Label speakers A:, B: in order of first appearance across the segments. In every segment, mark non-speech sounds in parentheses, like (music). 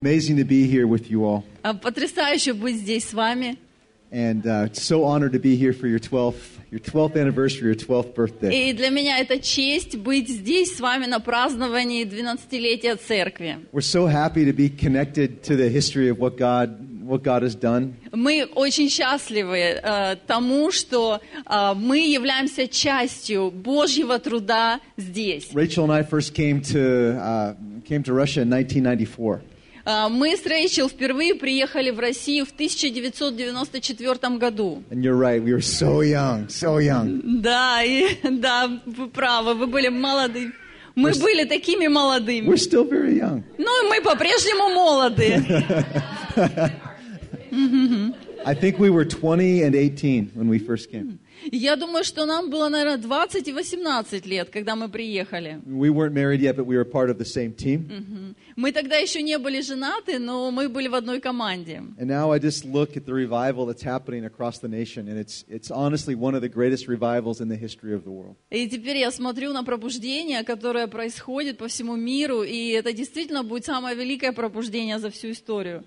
A: Amazing to be here with you all,
B: А, Потрясающе быть здесь с вами.
A: and uh, it's so honored to be here for your 12th, your 12th anniversary, your 12th birthday.
B: И для меня это честь быть здесь с вами на праздновании 12-летия церкви.
A: We're so happy to be connected to the history of what God, what God has done,
B: Мы очень счастливы э, тому, что э, мы являемся частью Божьего труда здесь.
A: Rachel and I first came to, uh, came to Russia in 1994.
B: Э, мы с Рэйчел впервые приехали в Россию в 1994 году.
A: And you're right, we were so young, so young.
B: Да, и, да, вы правы, вы были молоды. Мы были такими молодыми.
A: We're still very young.
B: Ну, и мы по-прежнему молоды.
A: I think we were 20 and 18 when we first came.
B: Я думаю, что нам было, наверное, 20 и 18 лет, когда мы приехали.
A: We weren't married yet, but we were part of the same team.
B: Мы тогда еще не были женаты, но мы были в одной команде.
A: And now I just look at the revival that's happening across the nation, and it's, it's honestly one of the greatest revivals in the history of the world.
B: И теперь я смотрю на пробуждение, которое происходит по всему миру, и это действительно будет самое великое пробуждение за всю историю.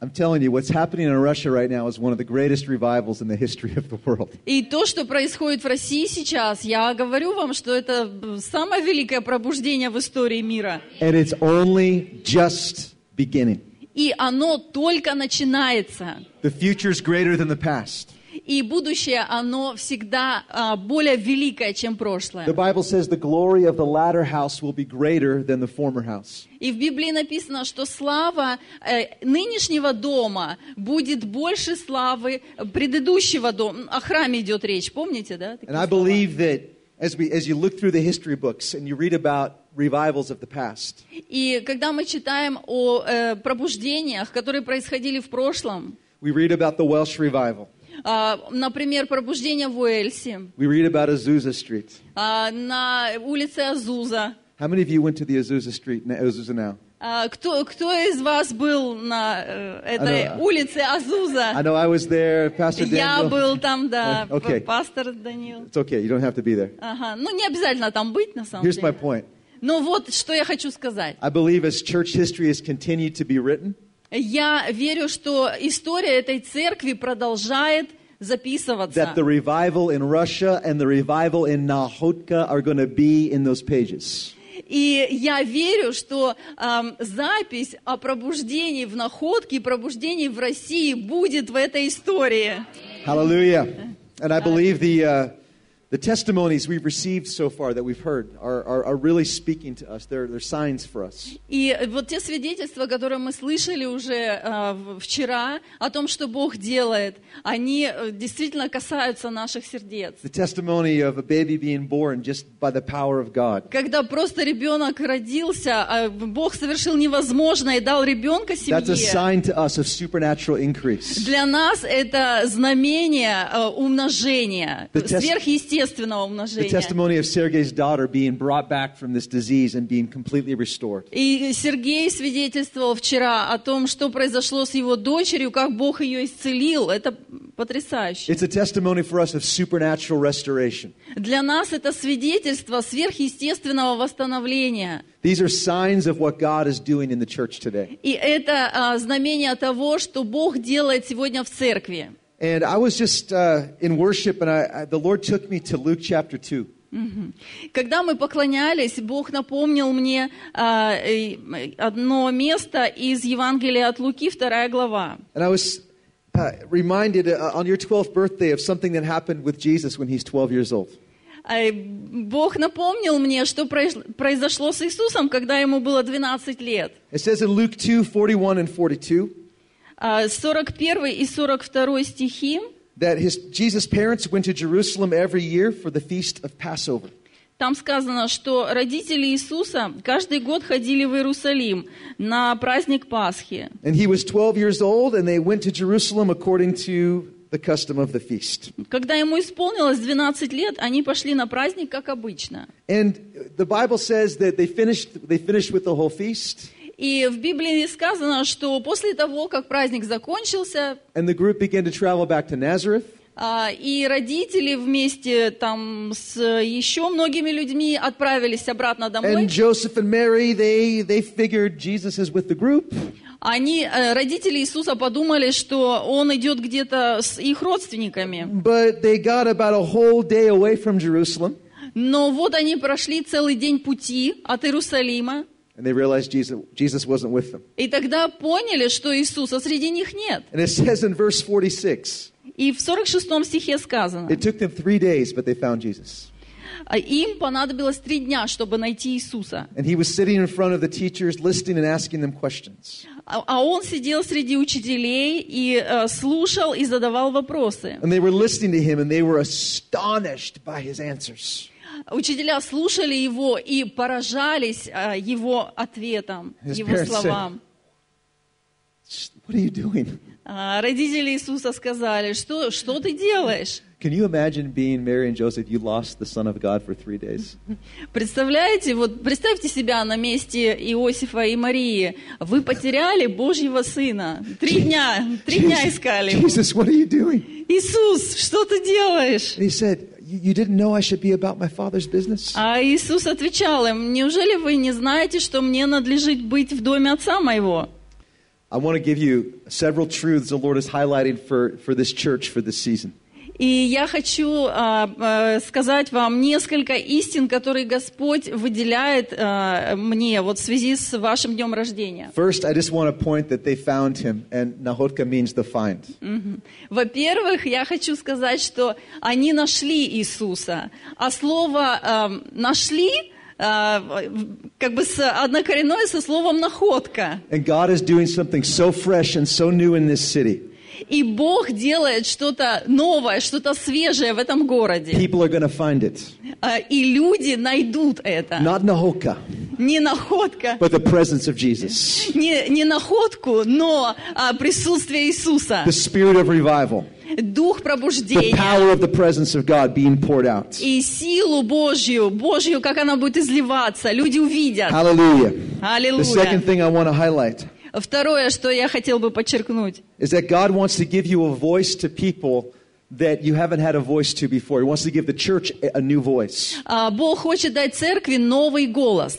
A: I'm telling you, what's happening in Russia right now is one of the greatest revivals in the history of the world.
B: И то, что происходит в России сейчас, я говорю вам, что это м, самое великое пробуждение в истории мира.
A: And it's only just beginning.
B: И оно только начинается.
A: The future's greater than the past.
B: И будущее, оно всегда а, более великое, чем прошлое.
A: The Bible says the glory of the latter house will be greater than the former house.
B: И в Библии написано, что слава э, нынешнего дома будет больше славы предыдущего дома. О храме идет речь, помните, да? такие
A: And I
B: слова?
A: believe that as, we, as you look through the history books and you read about revivals of the past,
B: И когда мы читаем о э, пробуждениях, которые происходили в прошлом,
A: we read about the Welsh revival,
B: а, например, пробуждение в Уэльсе,
A: we read about Azusa Street.
B: а, на улице Азуза.
A: How many of you went to the Azusa Street, Azusa now?
B: А, Кто, кто из вас был на э, этой
A: Алло.
B: улице Азуза?
A: I know I was there, Pastor
B: Я
A: Daniel.
B: был там, да,
A: Э, (laughs) окей.
B: п- пастор Данил.
A: It's okay, you don't have to be there.
B: Ага, ну не обязательно там быть, на самом
A: Here's my
B: деле.
A: point.
B: Но вот что я хочу сказать.
A: I believe as church history has continued to be written,
B: Я верю, что история этой церкви продолжает записываться.
A: that the revival in Russia and the revival in Nahotka are going to be in those pages.
B: И я верю, что ам, запись о пробуждении в находке, пробуждении в России будет в этой истории.
A: Hallelujah. And I believe the, uh, the testimonies we've received so far that we've heard are, are, are really speaking to us. They're, they're signs for us.
B: И вот те свидетельства, которые мы слышали уже а, в- вчера о том, что Бог делает, они э, действительно касаются наших сердец.
A: The testimony of a baby being born just by the power of God.
B: Когда просто ребенок родился, а Бог совершил невозможное и дал ребенка
A: That's a
B: семье.
A: sign to us of supernatural increase.
B: Для нас это знамение э, умножения,
A: The test-
B: сверхъестественного
A: The
B: умножения.
A: testimony of Sergei's daughter being brought back from this disease and being completely restored.
B: И Сергей свидетельствовал вчера о том, что произошло с его дочерью, как Бог ее исцелил. Это потрясающе.
A: It's a testimony for us of supernatural restoration.
B: Для нас это свидетельство сверхъестественного восстановления.
A: These are signs of what God is doing in the church today.
B: И это а, знамение того, что Бог делает сегодня в церкви.
A: And I was just uh, in worship, and I, I, the Lord took me to Luke chapter 2.
B: Когда мы поклонялись, Бог напомнил мне а, э, одно место из Евангелия от Луки, вторая глава.
A: And I was uh, reminded uh, on your 12th birthday of something that happened with Jesus when he's 12 years old.
B: А, э, Бог напомнил мне, что произ- произошло с Иисусом, когда ему было 12 лет.
A: It says in Luke 2 41 and 42
B: А, 41 и 42 стихи.
A: that his, Jesus' parents went to Jerusalem every year for the feast of Passover.
B: Там сказано, что родители Иисуса каждый год ходили в Иерусалим на праздник Пасхи.
A: And he was 12 years old, and they went to Jerusalem according to the custom of the feast.
B: Когда ему исполнилось 12 лет, они пошли на праздник, как обычно.
A: And the Bible says that they finished, they finished with the whole feast,
B: И в Библии сказано, что после того, как праздник закончился,
A: and the group began to travel back to Nazareth.
B: А, И родители вместе там с еще многими людьми отправились обратно домой.
A: And Joseph and Mary, they, they figured Jesus is with the group.
B: Они, э, родители Иисуса, подумали, что он идет где-то с их родственниками.
A: But they got about a whole day away from Jerusalem.
B: Но вот они прошли целый день пути от Иерусалима,
A: And they realized Jesus, Jesus wasn't with them.
B: и тогда поняли, что Иисуса среди них нет.
A: And it says in verse 46
B: И в 46 стихе сказано,
A: it took them three days, but they found Jesus.
B: «А им понадобилось три дня, чтобы найти Иисуса.
A: And he was sitting in front of the teachers, listening and asking them questions.
B: А а он сидел среди учителей и э, слушал и задавал вопросы.
A: And they were listening to him, and they were astonished by his answers.
B: Учителя слушали его и поражались э, его ответам,
A: His
B: его
A: parents
B: словам.
A: Just, What are you doing?
B: А Родители Иисуса сказали, что, что ты делаешь?
A: Can you imagine being Mary and Joseph? You lost the Son of God for three days.
B: Представляете, вот представьте себя на месте Иосифа и Марии. Вы потеряли Божьего Сына. Три дня, три дня
A: Jesus- (laughs)
B: искали. его.
A: Jesus, what are you doing?
B: Иисус, что ты делаешь?
A: And he said, "You you didn't know I should be about my Father's business."
B: А Иисус отвечал им, неужели вы не знаете, что мне надлежит быть в доме Отца Моего?
A: I want to give you several truths the Lord is highlighting for, for this church for this season.
B: И я хочу а, а, сказать вам несколько истин, которые Господь выделяет а, мне вот в связи с вашим днем рождения.
A: First, I just want to point that they found him, and Nahotka means the find.
B: Во-первых, я хочу сказать, что они нашли Иисуса, а слово эм, нашли э, в- как бы с однокоренное со словом находка.
A: And God is doing something so fresh and so new in this city.
B: И Бог делает что-то новое, что-то свежее в этом городе.
A: People are going to find it.
B: Э, И люди найдут это.
A: Not Nahotka,
B: Не находка,
A: but the presence of Jesus.
B: не, не находку, но а, присутствие Иисуса,
A: The spirit of revival.
B: дух
A: The
B: пробуждения
A: power of the presence of God being poured out.
B: и силу Божью, Божью, как она будет изливаться, люди увидят.
A: Hallelujah. The
B: Аллилуйя.
A: second thing I want to highlight
B: Второе, что я хотел бы подчеркнуть.
A: is that God wants to give you a voice to people that you haven't had a voice to before. He wants to give the church a- a new voice.
B: А, Бог хочет дать церкви новый голос.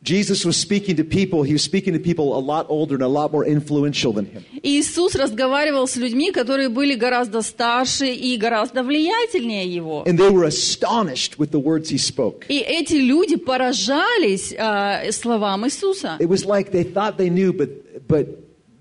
A: Jesus was speaking to people, he was speaking to people a lot older and a lot more influential than him.
B: И Иисус разговаривал с людьми, которые были гораздо старше и гораздо влиятельнее Его.
A: And they were astonished with the words he spoke.
B: И эти люди поражались а, словам Иисуса.
A: It was like they thought they knew, but, but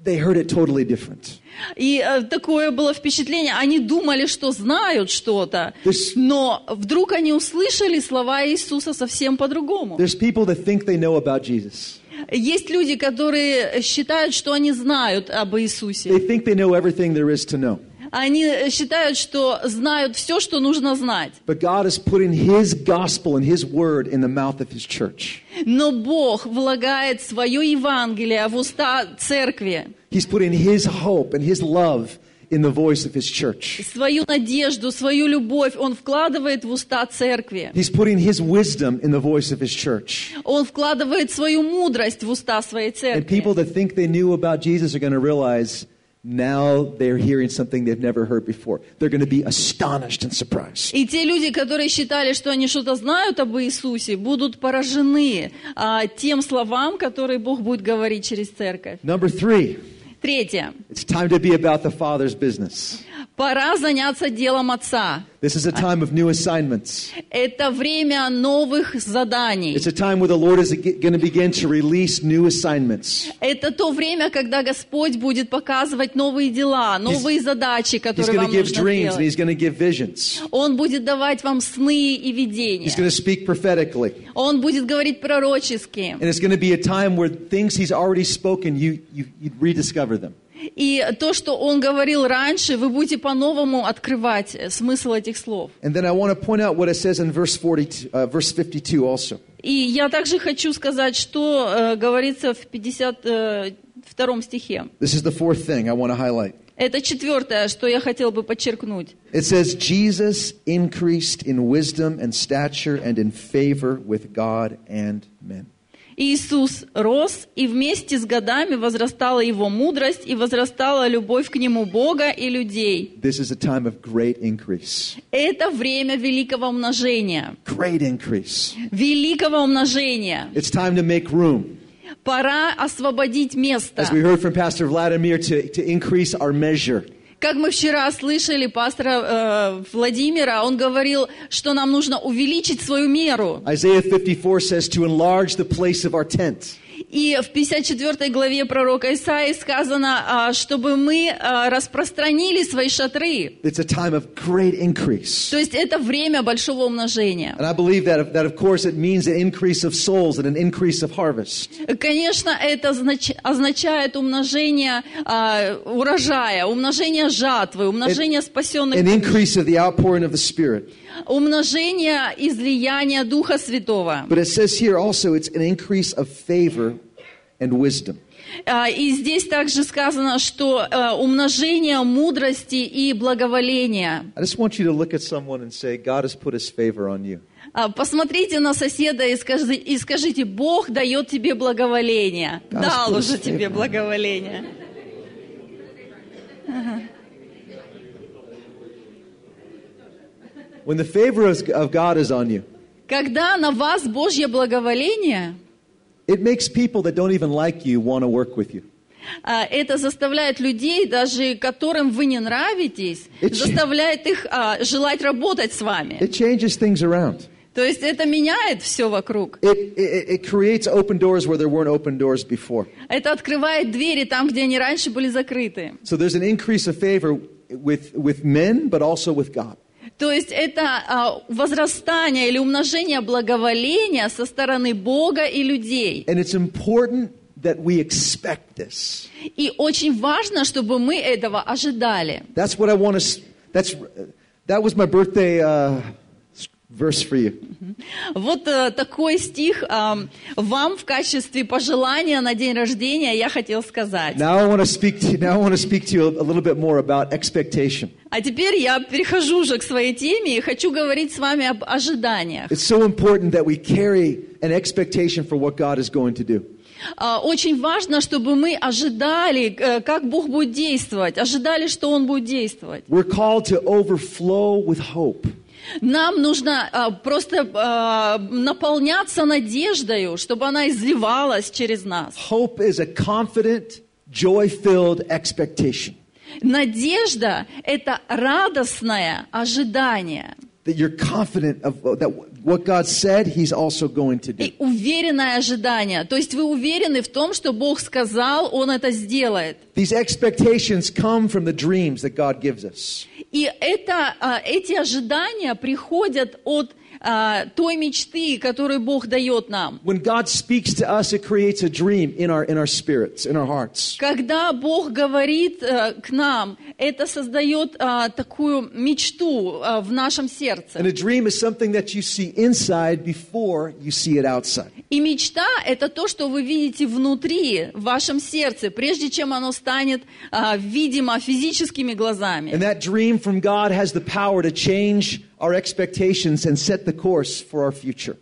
A: they heard it totally different.
B: И э, такое было впечатление. Они думали, что знают что-то,
A: То есть-
B: но вдруг они услышали слова Иисуса совсем по-другому.
A: There's people that think they know about Jesus,
B: Есть люди, которые считают, что они знают об Иисусе.
A: they think they know everything there is to know.
B: Они э, считают, что знают все, что нужно знать.
A: But God is putting his gospel and his word in the mouth of his church.
B: Но Бог влагает свое Евангелие в уста церкви,
A: He's putting his hope and his love in the voice of his church.
B: свою надежду, свою любовь Он вкладывает в уста церкви.
A: He's putting his wisdom in the voice of his church.
B: Он вкладывает свою мудрость в уста своей
A: And people
B: церкви.
A: that think they knew about Jesus are going to realize now they're hearing something they've never heard before. They're going to be astonished and surprised.
B: И те люди, которые считали, что они что-то знают об Иисусе, будут поражены а, тем словам, которые Бог будет говорить через церковь.
A: Number three,
B: Третье.
A: it's time to be about the Father's business.
B: Пора заняться делом Отца.
A: This is a time of new assignments.
B: Это время новых заданий.
A: It's a time where the Lord is going to begin to release new assignments.
B: Это то время, когда Господь будет показывать новые дела, новые задачи,
A: He's
B: которые
A: going
B: вам
A: to give
B: нужно
A: dreams and
B: делать.
A: he's going to give visions.
B: Он будет давать вам сны и
A: He's
B: видения.
A: going to speak prophetically.
B: Он будет говорить пророчески.
A: And it's going to be a time where things he's already spoken, you, you, you rediscover them.
B: И то, что Он говорил раньше, вы будете по-новому открывать э, смысл этих слов.
A: And then I want to point out what it says in verse, 42, uh, verse 52 also.
B: И я также хочу сказать, что э, говорится в 52 стихе.
A: This is the fourth thing I want to highlight.
B: Это четвертое, что я хотел бы подчеркнуть.
A: It says, Jesus increased in wisdom and stature and in favor with God and men.
B: И Иисус рос, и вместе с годами возрастала его мудрость, и возрастала любовь к нему Бога и людей.
A: This is a time of great increase.
B: Это время великого умножения.
A: Great increase.
B: Великого умножения.
A: It's time to make room.
B: Пора освободить место.
A: As we heard from Pastor Vladimir, to, to increase our measure.
B: Как мы вчера слышали пастора э, Владимира, он говорил, что нам нужно увеличить свою меру.
A: Isaiah 54 says to enlarge the place of our tent.
B: И в 54 главе пророка Исаии сказано, а, чтобы мы а, распространили свои шатры.
A: It's a time of great increase.
B: То есть это время большого умножения.
A: And I believe that, that of course, it means an increase of souls and an increase of harvest.
B: Конечно, это знач- означает умножение а, урожая, умножение жатвы, умножение спасенных,
A: An increase of the outpouring of the Spirit.
B: умножение излияния Духа Святого.
A: But it says here also it's an increase of favor and wisdom.
B: А, И здесь также сказано, что э, умножение мудрости и благоволения.
A: I just want you to look at someone and say, God has put his favor on you.
B: А, Посмотрите на соседа и, скажи- и скажите, Бог дает тебе благоволение.
A: Господь
B: Дал уже
A: Господь.
B: тебе благоволение.
A: When the favor of of God is on you,
B: Когда на вас Божье благоволение,
A: it makes people that don't even like you want to work with you.
B: а, это заставляет людей, даже которым вы не нравитесь,
A: It-
B: заставляет их а, желать работать с вами.
A: It changes things around.
B: То есть это меняет все вокруг.
A: It, it, it creates open doors where there weren't open doors before.
B: Это открывает двери там, где они раньше были закрыты.
A: So there's an increase of favor with, with men, but also with God.
B: То есть это а, возрастание или умножение благоволения со стороны Бога и людей.
A: And it's important that we expect this.
B: И очень важно, чтобы мы этого ожидали.
A: That's what I want to. That's that was my birthday uh, s- verse for you.
B: Вот э, такой стих ам, вам в качестве пожелания на день рождения я хотел сказать.
A: Now I want to speak to. Now I want to speak to you a little bit more about expectation.
B: А теперь я перехожу уже к своей теме и хочу говорить с вами об ожиданиях.
A: It's so important that we carry an expectation for what God is going to do.
B: А, Очень важно, чтобы мы ожидали, э, как Бог будет действовать, ожидали, что Он будет действовать.
A: We're called to overflow with hope.
B: Нам нужно а, просто а, наполняться надеждою, чтобы она изливалась через нас.
A: Hope is a confident, joy-filled expectation
B: Надежда – это радостное ожидание
A: that you're confident of that what God said, He's also going to do.
B: и уверенное ожидание. То есть вы уверены в том, что Бог сказал, Он это сделает.
A: These expectations come from the dreams that God gives us.
B: И это, а, эти ожидания приходят от а, той мечты, которую Бог дает нам.
A: When God speaks to us, it creates a dream in our in our spirits, in our hearts.
B: Когда Бог говорит э, к нам, это создает а, такую мечту а, в нашем сердце.
A: And a dream is something that you see inside before you see it outside.
B: И мечта – это то, что вы видите внутри, в вашем сердце, прежде чем оно станет а, видимо физическими глазами.
A: And that dream from God has the power to change our expectations and set the course for our future.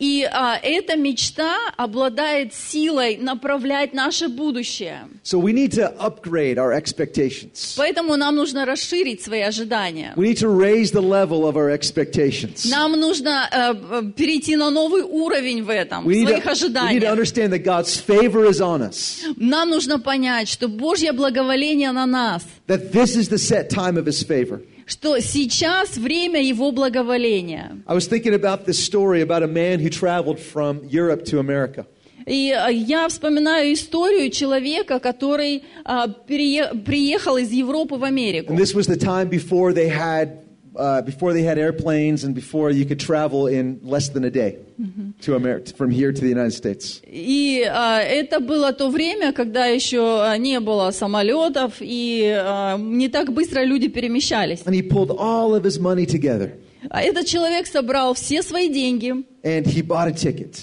B: И а, эта мечта обладает силой направлять наше будущее.
A: So we need to upgrade our expectations.
B: Поэтому нам нужно расширить свои ожидания.
A: We need to raise the level of our expectations.
B: Нам нужно э, э, перейти на новый уровень в этом, в
A: We need, to, we need
B: своих
A: to
B: ожиданиях.
A: understand that God's favor is on us,
B: Нам нужно понять, что Божье благоволение на нас,
A: that this is the set time of His favor.
B: что сейчас время Его благоволения.
A: I was thinking about this story about a man who traveled from Europe to America.
B: И э, я вспоминаю историю человека, который а, перее- приехал из Европы в Америку.
A: And this was the time before they had uh, before they had airplanes and before you could travel in less than a day
B: Mm-hmm.
A: to America from here to the United States.
B: И а, это было то время, когда еще а, не было самолетов, и а, не так быстро люди перемещались.
A: And he pulled all of his money together
B: А Этот человек собрал все свои деньги
A: and he bought a ticket.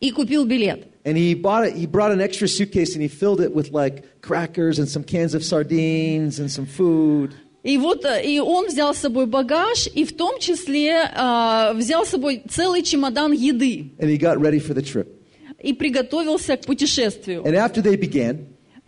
B: и купил билет.
A: And he bought it, he brought an extra suitcase and he filled it with like crackers and some cans of sardines and some food.
B: И вот а, и он взял с собой багаж, и в том числе а, взял с собой целый чемодан еды.
A: And he got ready for the trip.
B: и приготовился к путешествию.
A: And after they began,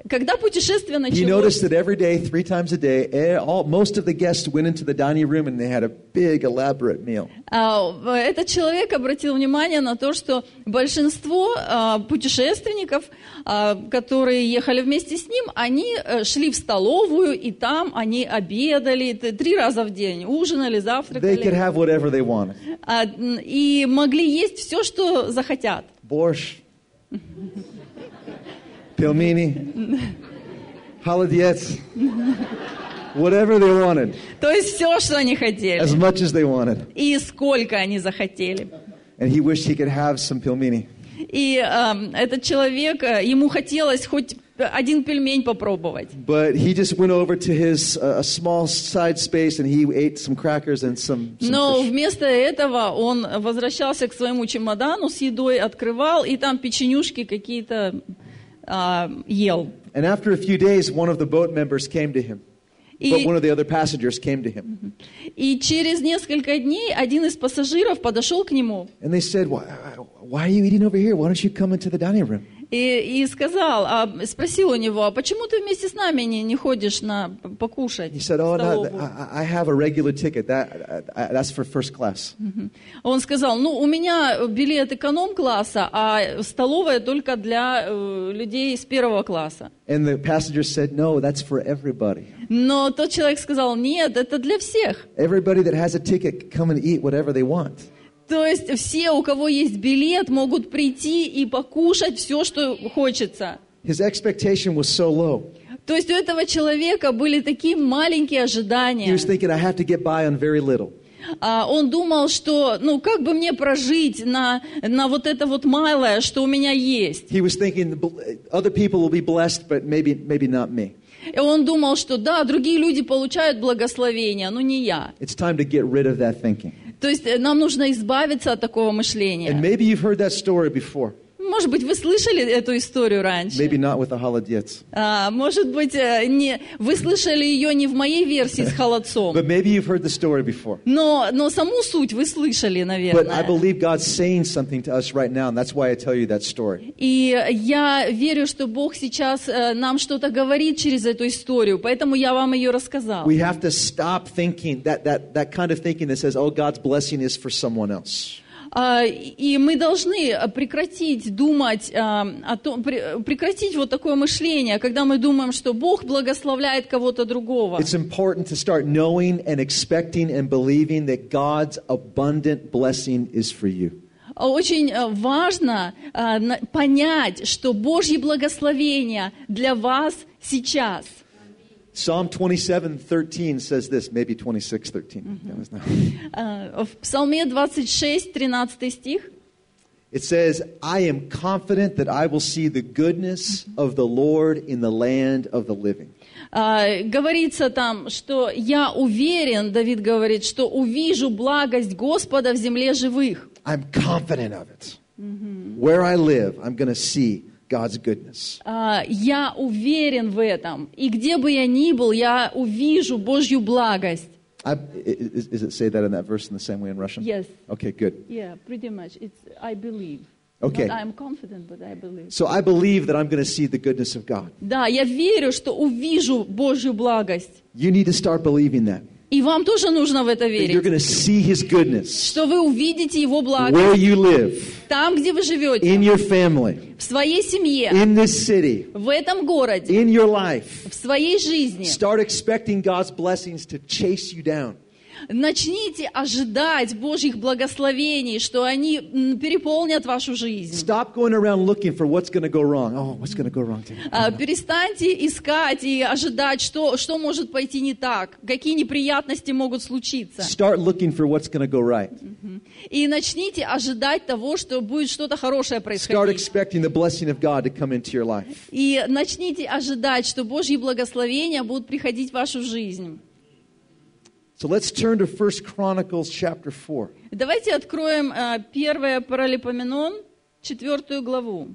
B: Когда путешествие
A: he
B: началось,
A: noticed that every day, three times a day, eh, all, most of the guests went into the dining room and they had a big, elaborate meal.
B: а, в- этот человек обратил внимание на то, что большинство а, путешественников, а, которые ехали вместе с ним, они э, шли в столовую, и там они обедали т- три раза в день, ужинали,
A: They could
B: завтракали,
A: have whatever they wanted.
B: а, м, и могли есть все, что захотят.
A: Borscht, pilmini, haladiets, whatever they wanted,
B: То есть все, что они хотели,
A: as much as they wanted.
B: и сколько они захотели.
A: And he wished he could have some pilmini.
B: И эм, этот человек, э, ему хотелось хоть один пельмень попробовать.
A: But he just went over to his uh, a small side space and he ate some crackers and some, some
B: Но
A: fish.
B: вместо этого он возвращался к своему чемодану с едой, открывал, и там печенюшки какие-то а, ел.
A: And after a few days, one of the boat members came to him. But
B: И,
A: one of the other passengers came to him.
B: и через несколько дней один из пассажиров подошел к нему
A: And they said, why, why are you eating over here? Why don't you come into the dining room?
B: и, и сказал, а, спросил у него, а почему ты вместе с нами не, не ходишь на п- покушать?
A: He
B: в
A: said, Oh, no,
B: столовую?»
A: I, I have a regular ticket. That, I, I- that's for first class.
B: Он сказал, ну, у меня билет эконом-класса, а столовая только для э, людей с первого класса.
A: And the passenger said, No, that's for everybody.
B: Но тот человек сказал, нет, это для всех.
A: Everybody that has a ticket can come and eat whatever they want.
B: То есть все, у кого есть билет, могут прийти и покушать все, что хочется.
A: His expectation was so low.
B: То есть у этого человека были такие маленькие
A: He
B: ожидания.
A: was thinking, I have to get by on very little.
B: А, Он думал, что, ну, как бы мне прожить на, на вот это вот малое, что у меня есть.
A: He was thinking, "Bl- Other people will be blessed, but maybe, maybe not me.
B: И он думал, что да, другие люди получают благословение, но не я.
A: It's time to get rid of that thinking.
B: То есть э, нам нужно избавиться от такого
A: And
B: мышления.
A: maybe you've heard that story before.
B: Может быть, вы слышали эту историю раньше?
A: Maybe not with the холодец.
B: А, может быть, э, не, вы слышали ее не в моей версии с холодцом,
A: But maybe you've heard the story before.
B: но, но саму суть вы слышали,
A: But I
B: наверное.
A: believe God's saying something to us right now, and that's why I tell you that story.
B: И я верю, что Бог сейчас э, нам что-то говорит через эту историю, поэтому я вам ее рассказал.
A: We have to stop thinking that, that, that kind of thinking that says, oh, God's blessing is for someone else.
B: А, И мы должны прекратить думать а, о том, пре- прекратить вот такое мышление, когда мы думаем, что Бог благословляет кого-то другого.
A: It's important to start knowing and expecting and believing that God's abundant blessing is for you.
B: А Очень э, важно а, на- понять, что Божье благословение для вас сейчас.
A: Psalm 27 13 says this, maybe 26 13. That was not-
B: А, В Псалме 26, 13 стих.
A: It says, I am confident that I will see the goodness of the Lord in the land of the living.
B: А, Говорится там, что я уверен, Давид говорит, что увижу благость Господа в земле живых.
A: I'm confident of it. Where I live, I'm going to see God's goodness.
B: А, Я уверен в этом. И где бы я ни был, я увижу Божью благость.
A: I, i- is, is it say that in that verse in the same way in Russian?
B: Yes.
A: Okay, good. Okay.
B: Okay.
A: Not So I believe that I'm going to see the goodness of God.
B: Да, я верю, что увижу Божью благость.
A: You need to start believing that.
B: И вам тоже нужно в это
A: that you're
B: верить,
A: going to see His goodness
B: что вы увидите Его благо
A: where you live,
B: там, где вы
A: in
B: живете,
A: your family,
B: в своей семье,
A: in this city,
B: в этом городе,
A: in your life.
B: в своей жизни.
A: Start expecting God's blessings to chase you down.
B: Начните ожидать Божьих благословений, что они м, переполнят вашу жизнь.
A: Stop going around looking for what's going to go wrong. Oh, what's going to go wrong today?
B: А, Перестаньте искать и ожидать, что, что может пойти не так, какие неприятности могут случиться.
A: Start looking for what's going to go right.
B: И начните ожидать того, что будет что-то хорошее
A: Start
B: происходить.
A: expecting the blessing of God to come into your life.
B: И начните ожидать, что Божьи благословения будут приходить в вашу жизнь.
A: So let's turn to 1 Chronicles chapter 4.
B: Давайте откроем э, первое Паралипоменон, четвертую главу.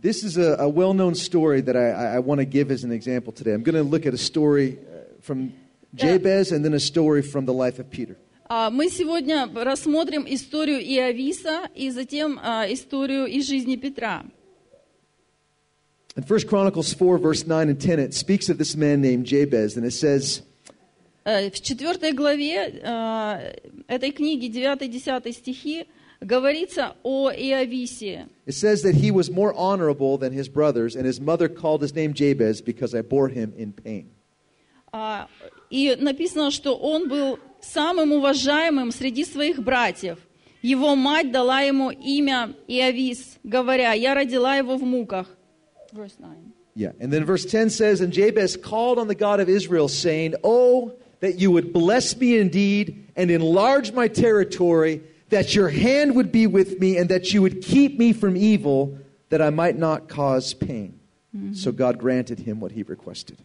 A: This is a, a well known story that I, I, I want to give as an example today. I'm going to look at a story uh, from Jabez and then a story from the life of Peter.
B: А, А Мы сегодня рассмотрим историю Иовиса и затем а, историю из жизни Петра.
A: In 1 Chronicles 4, verse 9 and 10, it speaks of this man named Jabez, and it says,
B: Э, В 4 главе э, этой книги, 9-10 стихи, говорится о Иовисе.
A: It says that he was more honorable than his brothers, and his mother called his name Jabez because I bore him in pain.
B: А, И написано, что он был самым уважаемым среди своих братьев. Его мать дала ему имя Иовис, говоря, «Я родила его в муках». Verse 9.
A: Yeah. And then verse 10 says, And Jabez called on the God of Israel, saying, Oh, that you would bless me indeed and enlarge my territory, that your hand would be with me, and that you would keep me from evil, that I might not cause pain. So God granted him what he requested.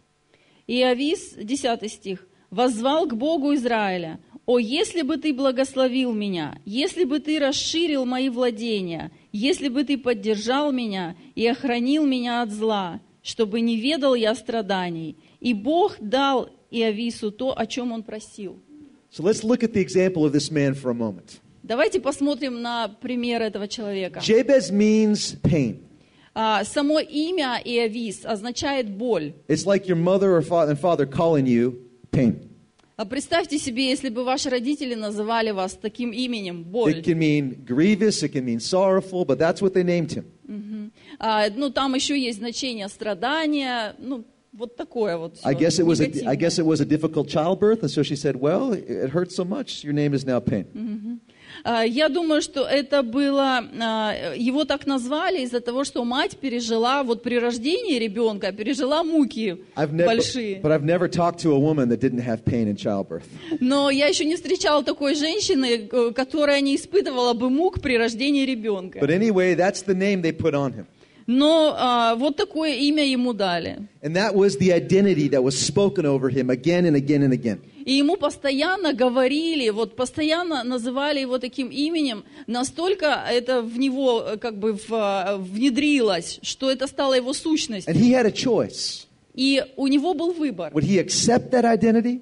B: Иовис, 10 стих, «Воззвал к Богу Израиля, «О, если бы ты благословил меня, если бы ты расширил мои владения, если бы ты поддержал меня и охранил меня от зла, чтобы не ведал я страданий». И Бог дал Иовису то, о чем он просил.
A: So let's look at the example of this man for a moment.
B: Давайте посмотрим на пример этого человека.
A: Jabez means pain.
B: А, Само имя Иовис означает боль.
A: It's like your mother or father and father calling you pain.
B: А Представьте себе, если бы ваши родители называли вас таким именем, боль.
A: It can mean grievous, it can mean sorrowful, but that's what they named him.
B: А, ну, там еще есть значение страдания, ну, вот такое вот. всё
A: I guess it was a,
B: негативное.
A: I guess it was a difficult childbirth, and so she said, "Well, it hurt so much. Your name is now pain."
B: А, Я думаю, что это было, а, его так назвали из-за того, что мать пережила, вот при рождении ребенка, пережила муки
A: I've never,
B: большие.
A: but I've never talked to a woman that didn't have pain in childbirth.
B: Но я еще не встречала такой женщины, э, которая не испытывала бы мук при рождении ребенка.
A: But anyway, that's the name they put on him,
B: Но а, вот такое имя ему дали.
A: and that was the identity that was spoken over him again and again and again.
B: И ему постоянно говорили, вот постоянно называли его таким именем, настолько это в него э, как бы в, э, внедрилось, что это стало его сущностью.
A: And he had a choice:
B: И у него был выбор,
A: would he accept that identity,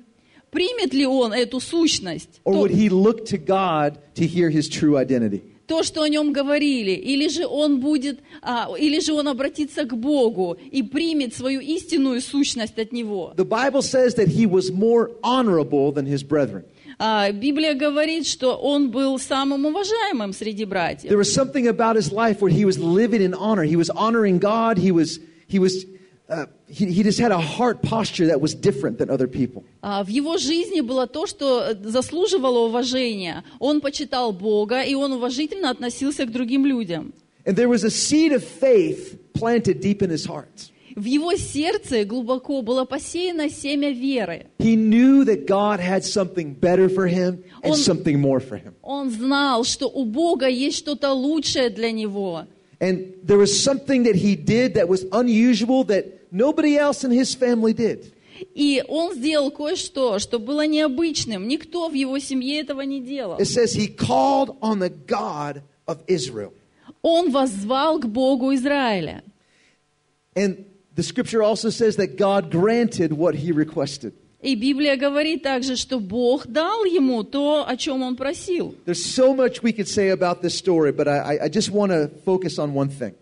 B: примет ли он эту сущность,
A: or
B: то,
A: would he look to God to hear his true identity?
B: то, что о нем говорили, или же он будет, а, или же он обратится к Богу и примет свою истинную сущность от него.
A: The Bible says that he was more honorable than his brethren.
B: А, Библия говорит, что он был самым уважаемым среди братьев.
A: There was something about his life where he was living in honor. He was honoring God. He was he was uh, he, he just had a heart posture that was different than other people.
B: А, В его жизни было то, что э, заслуживало уважения. Он почитал Бога, и он уважительно относился к другим людям.
A: And there was a seed of faith planted deep in his heart.
B: В его сердце глубоко было посеяно семя веры.
A: He knew that God had something better for him and
B: Он-
A: something more for him.
B: Он знал, что у Бога есть что-то лучшее для него.
A: And there was something that he did that was unusual that nobody else in his family did.
B: И он сделал кое-что, что было необычным. Никто в его семье этого не делал.
A: It says he called on the God of Israel.
B: Он воззвал к Богу Израиля.
A: And the scripture also says that God granted what he requested.
B: И Библия говорит также, что Бог дал ему то, о чем он просил.
A: There's so much we could say about this story, but I, I- I just want to focus on one thing.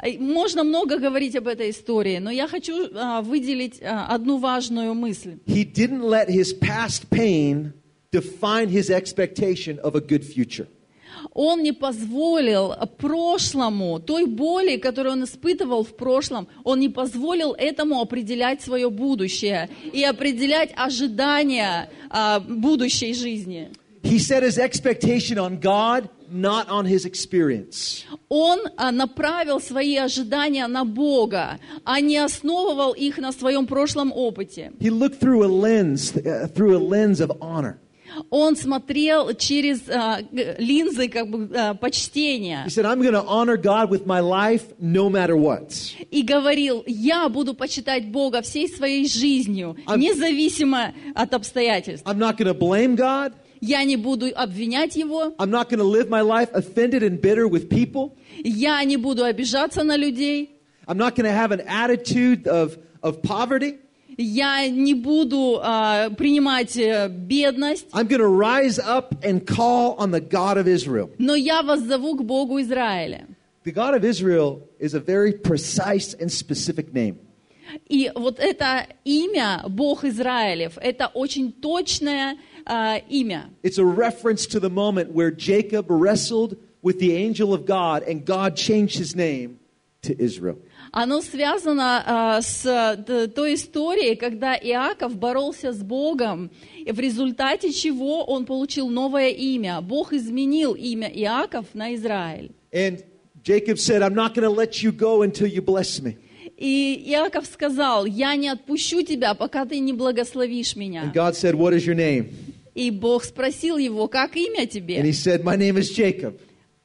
B: Ай, Э, Можно много говорить об этой истории, но я хочу а, выделить а, одну важную мысль.
A: He didn't let his past pain define his expectation of a good future.
B: Он не позволил прошлому, той боли, которую он испытывал в прошлом, он не позволил этому определять свое будущее и определять ожидания а, будущей жизни.
A: He set his expectation on God, not on his experience.
B: Он а, направил свои ожидания на Бога, а не основывал их на своем прошлом опыте.
A: He looked through a lens, uh, through a lens of honor.
B: Он смотрел через а, г- линзы как бы, а, почтения.
A: He said, I'm going to honor God with my life no matter what.
B: и говорил, я буду почитать Бога всей своей жизнью,
A: А-
B: независимо от обстоятельств.
A: I'm not going to blame God.
B: Я не буду обвинять Его,
A: I'm not going to live my life offended and bitter with people.
B: я не буду обижаться на людей,
A: I'm not going to have an attitude of, of poverty.
B: я не буду а, принимать э, бедность,
A: I'm going to rise up and call on the God of Israel.
B: но я воззову к Богу Израиля.
A: The God of Israel is a very precise and specific name.
B: И вот это имя Бог Израилев, это очень точное а, имя.
A: It's a reference to the moment where Jacob wrestled with the angel of God and God changed his name to Israel.
B: Оно связано а, с т- той историей, когда Иаков боролся с Богом, и в результате чего он получил новое имя. Бог изменил имя Иаков на Израиль.
A: And Jacob said, I'm not going to let you go until you bless me.
B: И Иаков сказал, я не отпущу тебя, пока ты не благословишь меня.
A: And God said, What is your name?
B: И Бог спросил его, как имя
A: And he
B: тебе?
A: said, My name is Jacob.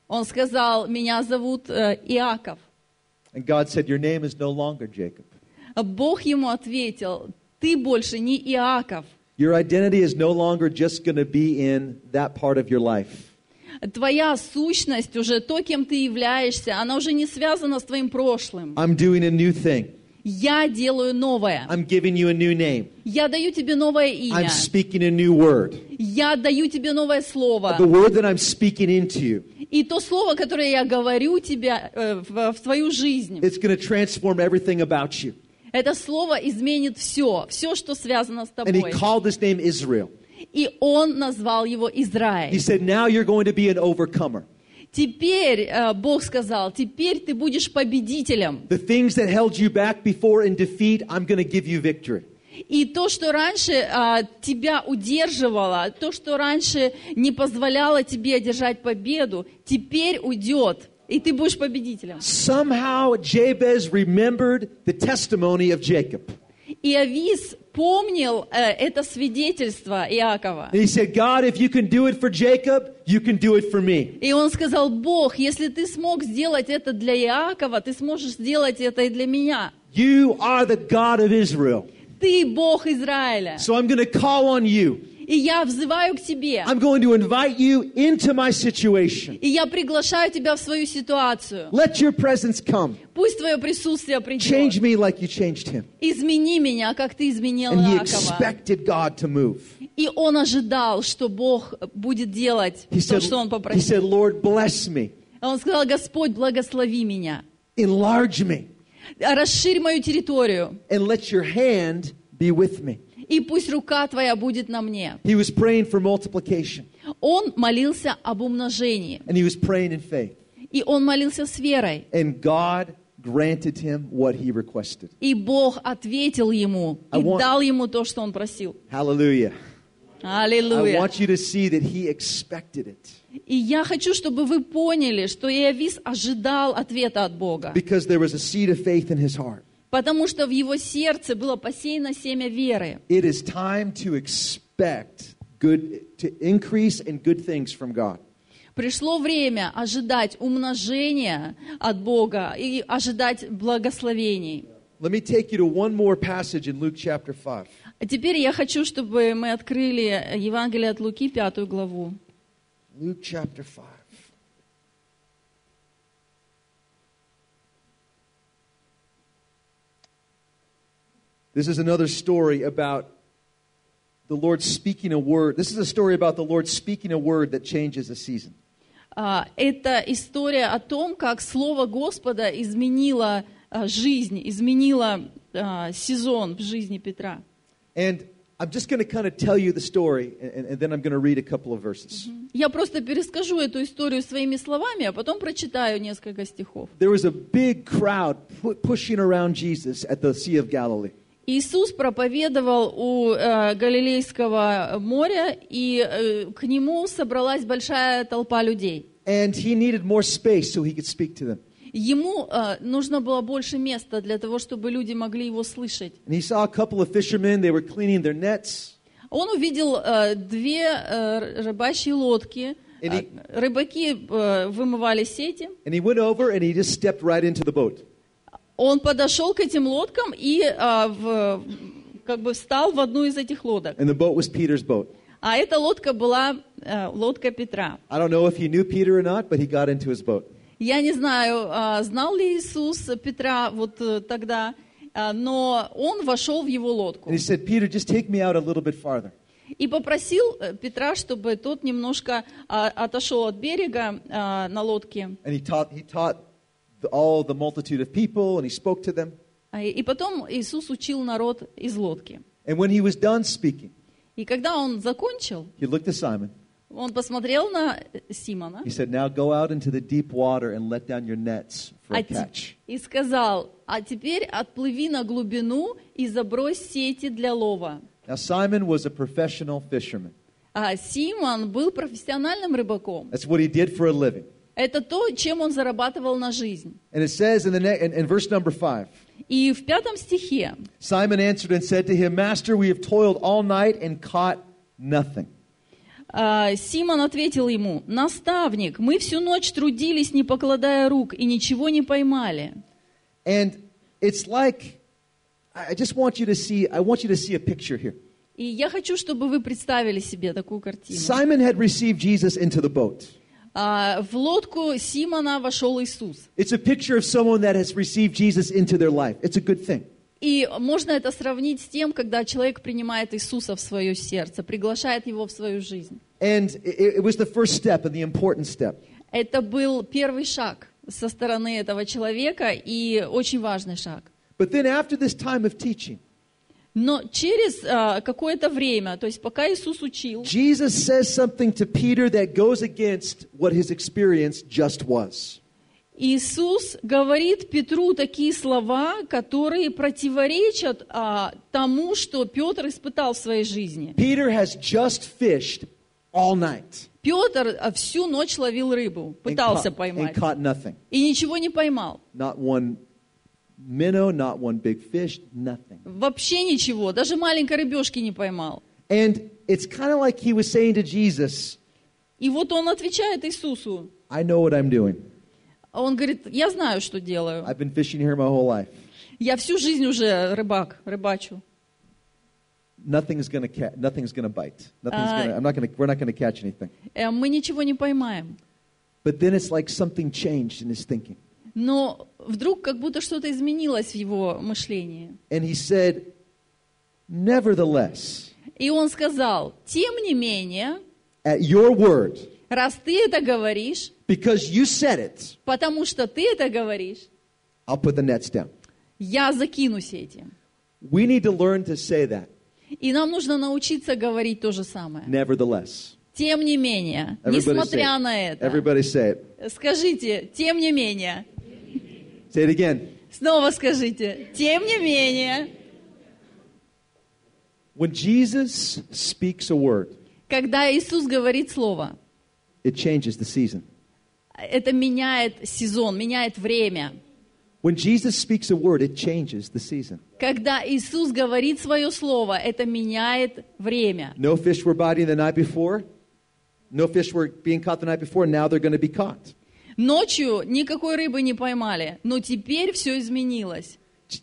B: Он сказал, меня зовут э, Иаков.
A: And God said, Your name is no longer Jacob.
B: Бог ему ответил, ты больше не Иаков.
A: Your identity is no longer just going to be in that part of your life.
B: Твоя сущность уже, то, кем ты являешься, она уже не связана с твоим прошлым.
A: I'm doing a new thing.
B: Я делаю новое.
A: I'm giving you a new name.
B: Я даю тебе новое имя.
A: I'm speaking a new word.
B: Я даю тебе новое слово.
A: The word that I'm speaking into you,
B: И то слово, которое я говорю тебе э, в, в твою жизнь,
A: it's going to transform everything about you.
B: это слово изменит все, все, что связано с
A: And he
B: тобой.
A: called his name Israel.
B: И он назвал его
A: He
B: Израиль.
A: said, Now you're going to be an overcomer.
B: Теперь, э, Бог сказал, теперь ты будешь победителем.
A: The things that held you back before in defeat, I'm going to give you victory.
B: И то, что раньше а, тебя удерживало, то, что раньше не позволяло тебе одержать победу, теперь уйдет, и ты будешь победителем.
A: Somehow Jabez remembered the testimony of Jacob.
B: И Авис помнил э, это свидетельство Иакова.
A: And he said, God, if you can do it for Jacob, you can do it for me.
B: И он сказал, Бог, если ты смог сделать это для Иакова, ты сможешь сделать это и для меня.
A: You are the God of Israel.
B: Ты Бог Израиля.
A: So I'm going to call on you.
B: И я взываю к тебе.
A: I'm going to invite you into my situation.
B: И я приглашаю тебя в свою ситуацию.
A: Let your presence come.
B: Пусть твое присутствие придет.
A: Change me like you changed him.
B: Измени меня, как ты изменил
A: And he
B: Иакова.
A: expected God to move.
B: И он ожидал, что Бог будет делать
A: He
B: то,
A: said,
B: что он
A: he
B: попросил.
A: said Lord, bless me,
B: А Он сказал, Господь, благослови меня,
A: enlarge me,
B: расширь мою территорию,
A: and let your hand be with me.
B: и пусть рука твоя будет на мне.
A: He was praying for multiplication,
B: Он молился об умножении,
A: and he was praying in faith.
B: и он молился с верой,
A: And God granted him what he requested.
B: и Бог ответил ему,
A: I
B: и
A: want-
B: дал ему то, что он просил.
A: Hallelujah. I
B: Аллилуйя.
A: want you to see that he expected it.
B: И я хочу, чтобы вы поняли, что Иовис ожидал ответа от Бога,
A: Because there was a seed of faith in his heart.
B: потому что в его сердце было посеяно семя веры.
A: It is time to expect good to increase and good things from God.
B: Пришло время ожидать умножения от Бога и ожидать благословений.
A: Let me take you to one more passage in Luke chapter 5.
B: А теперь я хочу, чтобы мы открыли Евангелие от Луки, пятую главу.
A: Luke chapter 5. This is another story about the Lord speaking a word. This is a story about the Lord speaking a word that changes a season.
B: А, Это история о том, как Слово Господа изменило а, жизнь, изменило а, сезон в жизни Петра.
A: And I'm just going to kind of tell you the story, and, and then I'm going to read a couple of verses.
B: Я просто перескажу эту историю своими словами, а потом прочитаю несколько стихов.
A: There was a big crowd pu- pushing around Jesus at the Sea of Galilee.
B: Иисус проповедовал у э, Галилейского моря, и э, к нему собралась большая толпа людей.
A: And he needed more space so he could speak to them.
B: Ему э, нужно было больше места для того, чтобы люди могли его слышать.
A: And he saw a couple of fishermen, they were cleaning their nets.
B: Он увидел э, две э, рыбачьи лодки.
A: Или-
B: Э, Рыбаки э, вымывали сети.
A: And he went over and he just stepped right into the boat.
B: Он подошел к этим лодкам и э, в- как бы встал в одну из этих лодок.
A: And the boat was Peter's boat.
B: А эта лодка была э, лодка Петра.
A: I don't know if he knew Peter or not, but he got into his boat.
B: Я не знаю, а, знал ли Иисус Петра вот э, тогда, а, но он вошел в его лодку
A: And he said, Peter, just take me out a little bit farther.
B: и попросил э, Петра, чтобы тот немножко а, отошел от берега а, на лодке.
A: And he taught, he taught the, all the multitude of people and he spoke to them.
B: А, И и потом Иисус учил народ из лодки.
A: And when he was done speaking,
B: И когда он закончил,
A: he looked to Simon.
B: он посмотрел на э, Симона
A: He said, Now go out into the deep water and let down your nets for
B: а
A: a
B: те-
A: catch.
B: и сказал, а теперь отплыви на глубину и забрось сети для лова.
A: Now, Simon was a professional fisherman.
B: А Симон был профессиональным рыбаком.
A: That's what he did for a living.
B: Это то, чем он зарабатывал на жизнь.
A: And it says in, the ne- in, in verse number five
B: И в пятом стихе
A: Simon answered and said to him, Master, we have toiled all night and caught nothing.
B: А, Симон ответил ему, «Наставник, мы всю ночь трудились, не покладая рук, и ничего не поймали».
A: And it's like, I I just want you to see, I want you to see a picture here.
B: И я хочу, чтобы вы представили себе такую картину.
A: Simon had received Jesus into the boat.
B: А, в лодку Симона вошел Иисус.
A: It's a picture of someone that has received Jesus into their life. It's a good thing.
B: И можно это сравнить с тем, когда человек принимает Иисуса в свое сердце, приглашает его в свою жизнь.
A: And it, it was the first step and the important step.
B: Это был первый шаг со стороны этого человека и очень важный шаг.
A: But then after this time of teaching,
B: Но через а, какое-то время, то есть пока Иисус учил,
A: Jesus says something to Peter that goes against what his experience just was.
B: Иисус говорит Петру такие слова, которые противоречат а, тому, что Петр испытал в своей жизни.
A: Peter has just fished all night
B: Петр а, всю ночь ловил рыбу,
A: and
B: пытался
A: caught- and
B: поймать,
A: caught nothing.
B: и ничего не поймал.
A: Not one minnow, not one big fish, nothing.
B: Вообще ничего, даже маленькой рыбешки не поймал.
A: And it's kind of like he was saying to Jesus,
B: И вот он отвечает Иисусу.
A: I know what I'm doing.
B: А Он говорит, я знаю, что делаю.
A: I've been fishing here my whole life.
B: Я всю жизнь уже рыбак, рыбачу.
A: Nothing's gonna ca- nothing's gonna bite. Nothing's
B: Uh,
A: gonna, I'm not gonna. We're not gonna catch anything.
B: Э, Мы ничего не поймаем.
A: But then it's like something changed in his thinking,
B: Но вдруг как будто что-то изменилось в его мышлении.
A: and he said, "Nevertheless,
B: И он сказал, тем не менее,
A: at your word,
B: раз ты это говоришь,
A: because you said it,
B: потому что ты это говоришь,
A: I'll put the nets down."
B: я закину сети.
A: We need to learn to say that.
B: И нам нужно научиться говорить то же самое.
A: Nevertheless,
B: Тем не менее,
A: say
B: несмотря на
A: it.
B: это,
A: Everybody say it.
B: скажите, тем не менее,
A: Say it again.
B: снова скажите, тем не менее,
A: When Jesus speaks a word,
B: когда Иисус говорит слово,
A: it changes the season.
B: это меняет сезон, меняет время.
A: When Jesus speaks a word, it changes the season.
B: Когда Иисус говорит свое слово, это меняет время.
A: No fish were biting the night before. No fish were being caught the night before. Now they're going to be caught.
B: Ночью никакой рыбы не поймали, но теперь все изменилось.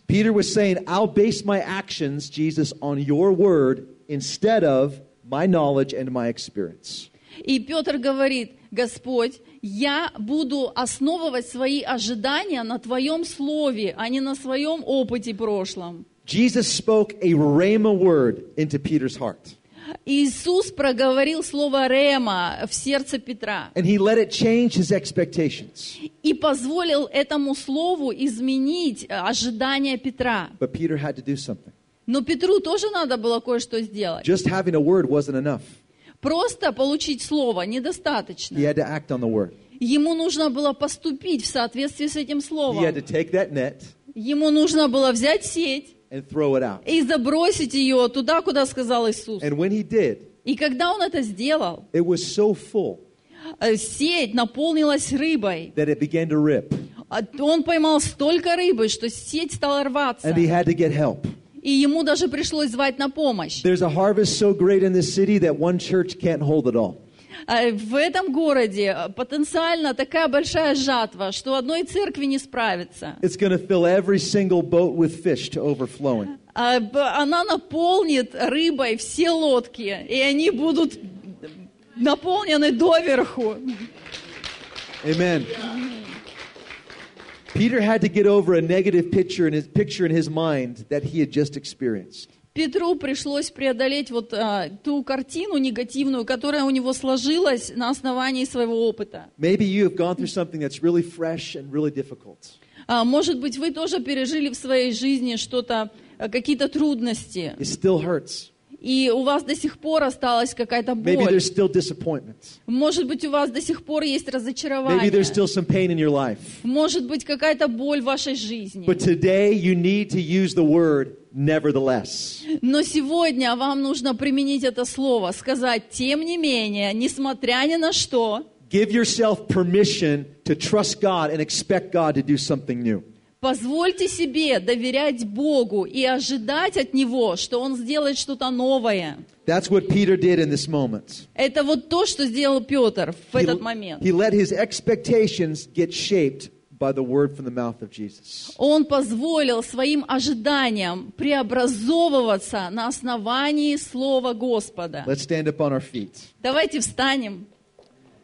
A: Peter was saying, I'll base my actions, Jesus, on your word instead of my knowledge and my experience.
B: И Петр говорит, Господь, я буду основывать свои ожидания на Твоем слове, а не на своем опыте прошлом.
A: Jesus spoke a rhema word into Peter's heart,
B: Иисус проговорил слово Рема в сердце Петра
A: and he let it change his expectations.
B: и позволил этому слову изменить э, ожидания Петра.
A: But Peter had to do something.
B: Но Петру тоже надо было кое-что сделать.
A: Just having a word wasn't enough,
B: Просто получить слово
A: he
B: недостаточно.
A: had to act on the word.
B: Ему нужно было поступить в соответствии с этим
A: He had to
B: словом.
A: take that net
B: Ему нужно было взять сеть
A: and throw it out.
B: и забросить ее туда, куда сказал Иисус.
A: And when he did,
B: И когда он это сделал,
A: it was so full
B: э, сеть наполнилась рыбой.
A: that it began to rip.
B: А Он поймал столько рыбы, что сеть стала рваться.
A: and he had to get help.
B: И ему даже пришлось звать на помощь.
A: There's a harvest so great in this city that one church can't hold it all.
B: Э, В этом городе э, потенциально такая большая жатва, что одной церкви не справится.
A: It's going to fill every single boat with fish to overflowing.
B: А, б- Она наполнит рыбой все лодки, и они будут наполнены доверху.
A: Amen. Peter had to get over a negative picture in his picture in his mind that he had just experienced.
B: Петру пришлось преодолеть вот а, ту картину негативную, которая у него сложилась на основании своего опыта.
A: Maybe you have gone through something that's really fresh and really difficult.
B: А, может быть, вы тоже пережили в своей жизни что-то, а, какие-то трудности,
A: It still hurts.
B: и у вас до сих пор осталась какая-то
A: Maybe
B: боль.
A: there's still disappointment.
B: Может быть, у вас до сих пor есть
A: Maybe there's
B: разочарование.
A: still some pain in your life.
B: Может быть, какая-то боль в вашей жизни.
A: But today you need to use the word nevertheless.
B: Но сегодня вам нужно применить это слово, сказать, тем не менее, несмотря ни на что,
A: Give yourself permission to trust God and expect God to do something new.
B: позвольте себе доверять Богу и ожидать от Него, что Он сделает что-то новое.
A: That's what Peter did in this moment.
B: Это вот то, что сделал Петр в
A: He-
B: этот момент.
A: he let his expectations get shaped by the word from the mouth of Jesus.
B: Он позволил своим ожиданиям преобразовываться на основании Слова Господа.
A: Let's stand up on our feet.
B: Давайте встанем.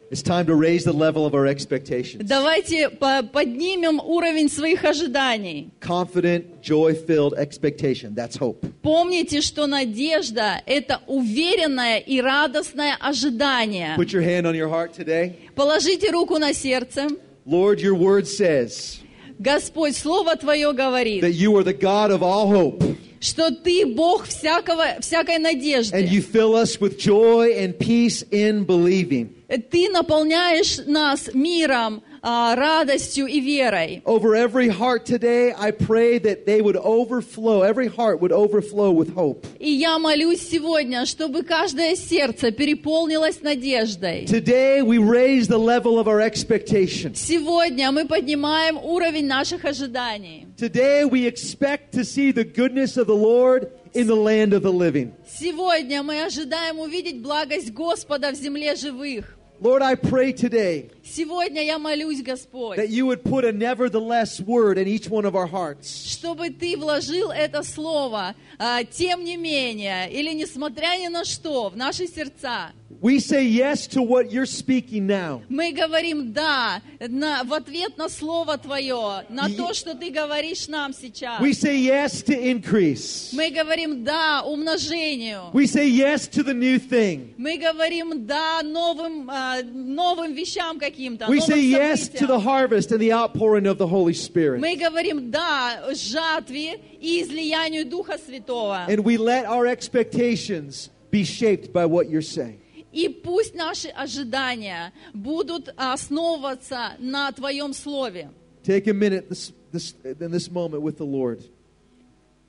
A: It's time to raise the level of our expectations.
B: Давайте по- поднимем уровень своих ожиданий.
A: Confident, joy filled expectation. That's hope.
B: Помните, что надежда – это уверенное и радостное ожидание.
A: Put your hand on your heart today.
B: Положите руку на сердце.
A: Lord, your word says
B: Господь, Слово Твое
A: that
B: говорит,
A: you are the God of all hope,
B: что Ты Бог всякого, всякой
A: and
B: надежды.
A: you fill us with joy and peace in believing.
B: Ты наполняешь нас миром, а, радостью и верой.
A: Over every heart today, I pray that they would overflow, every heart would overflow with hope.
B: И я молюсь сегодня, чтобы каждое сердце переполнилось надеждой.
A: Today, we raise the level of our expectations.
B: Сегодня мы поднимаем уровень наших ожиданий.
A: Today, we expect to see the goodness of the Lord in the land of the living.
B: Сегодня мы ожидаем увидеть благость Господа в земле живых.
A: Lord, I pray today
B: Сегодня я молюсь, Господь,
A: that you would put a nevertheless word in each one of our hearts.
B: чтобы Ты вложил это слово, а, тем не менее, или несмотря ни на что, в наши сердца.
A: We say yes to what you're speaking now.
B: Мы говорим «да» на- в ответ на слово Твое, на
A: И-
B: то, что Ты говоришь нам сейчас.
A: We say yes to increase.
B: Мы говорим «да» умножению.
A: We say yes to the new thing.
B: Мы говорим «да» новым, а, новым вещам каким-то,
A: We
B: новым
A: say yes to
B: событиям.
A: the harvest and the outpouring of the Holy Spirit.
B: Мы говорим «да» жатве и излиянию Духа Святого.
A: And we let our expectations be shaped by what you're saying.
B: И пусть наши ожидания будут основываться на Твоем Слове.
A: Take a minute this, this, in this moment with the Lord.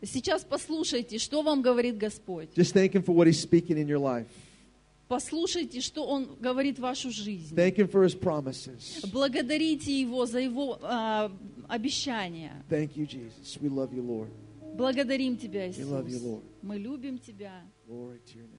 B: Сейчас послушайте, что вам говорит Господь.
A: Just thank Him for what He's speaking in your life.
B: Послушайте, что Он говорит в вашу жизнь.
A: Thank Him for His promises.
B: Благодарите Его за Его а, обещания.
A: Thank you, Jesus. We love you, Lord.
B: Благодарим Тебя,
A: We love you,
B: Иисус.
A: Lord.
B: Мы любим Тебя.
A: Glory to your name.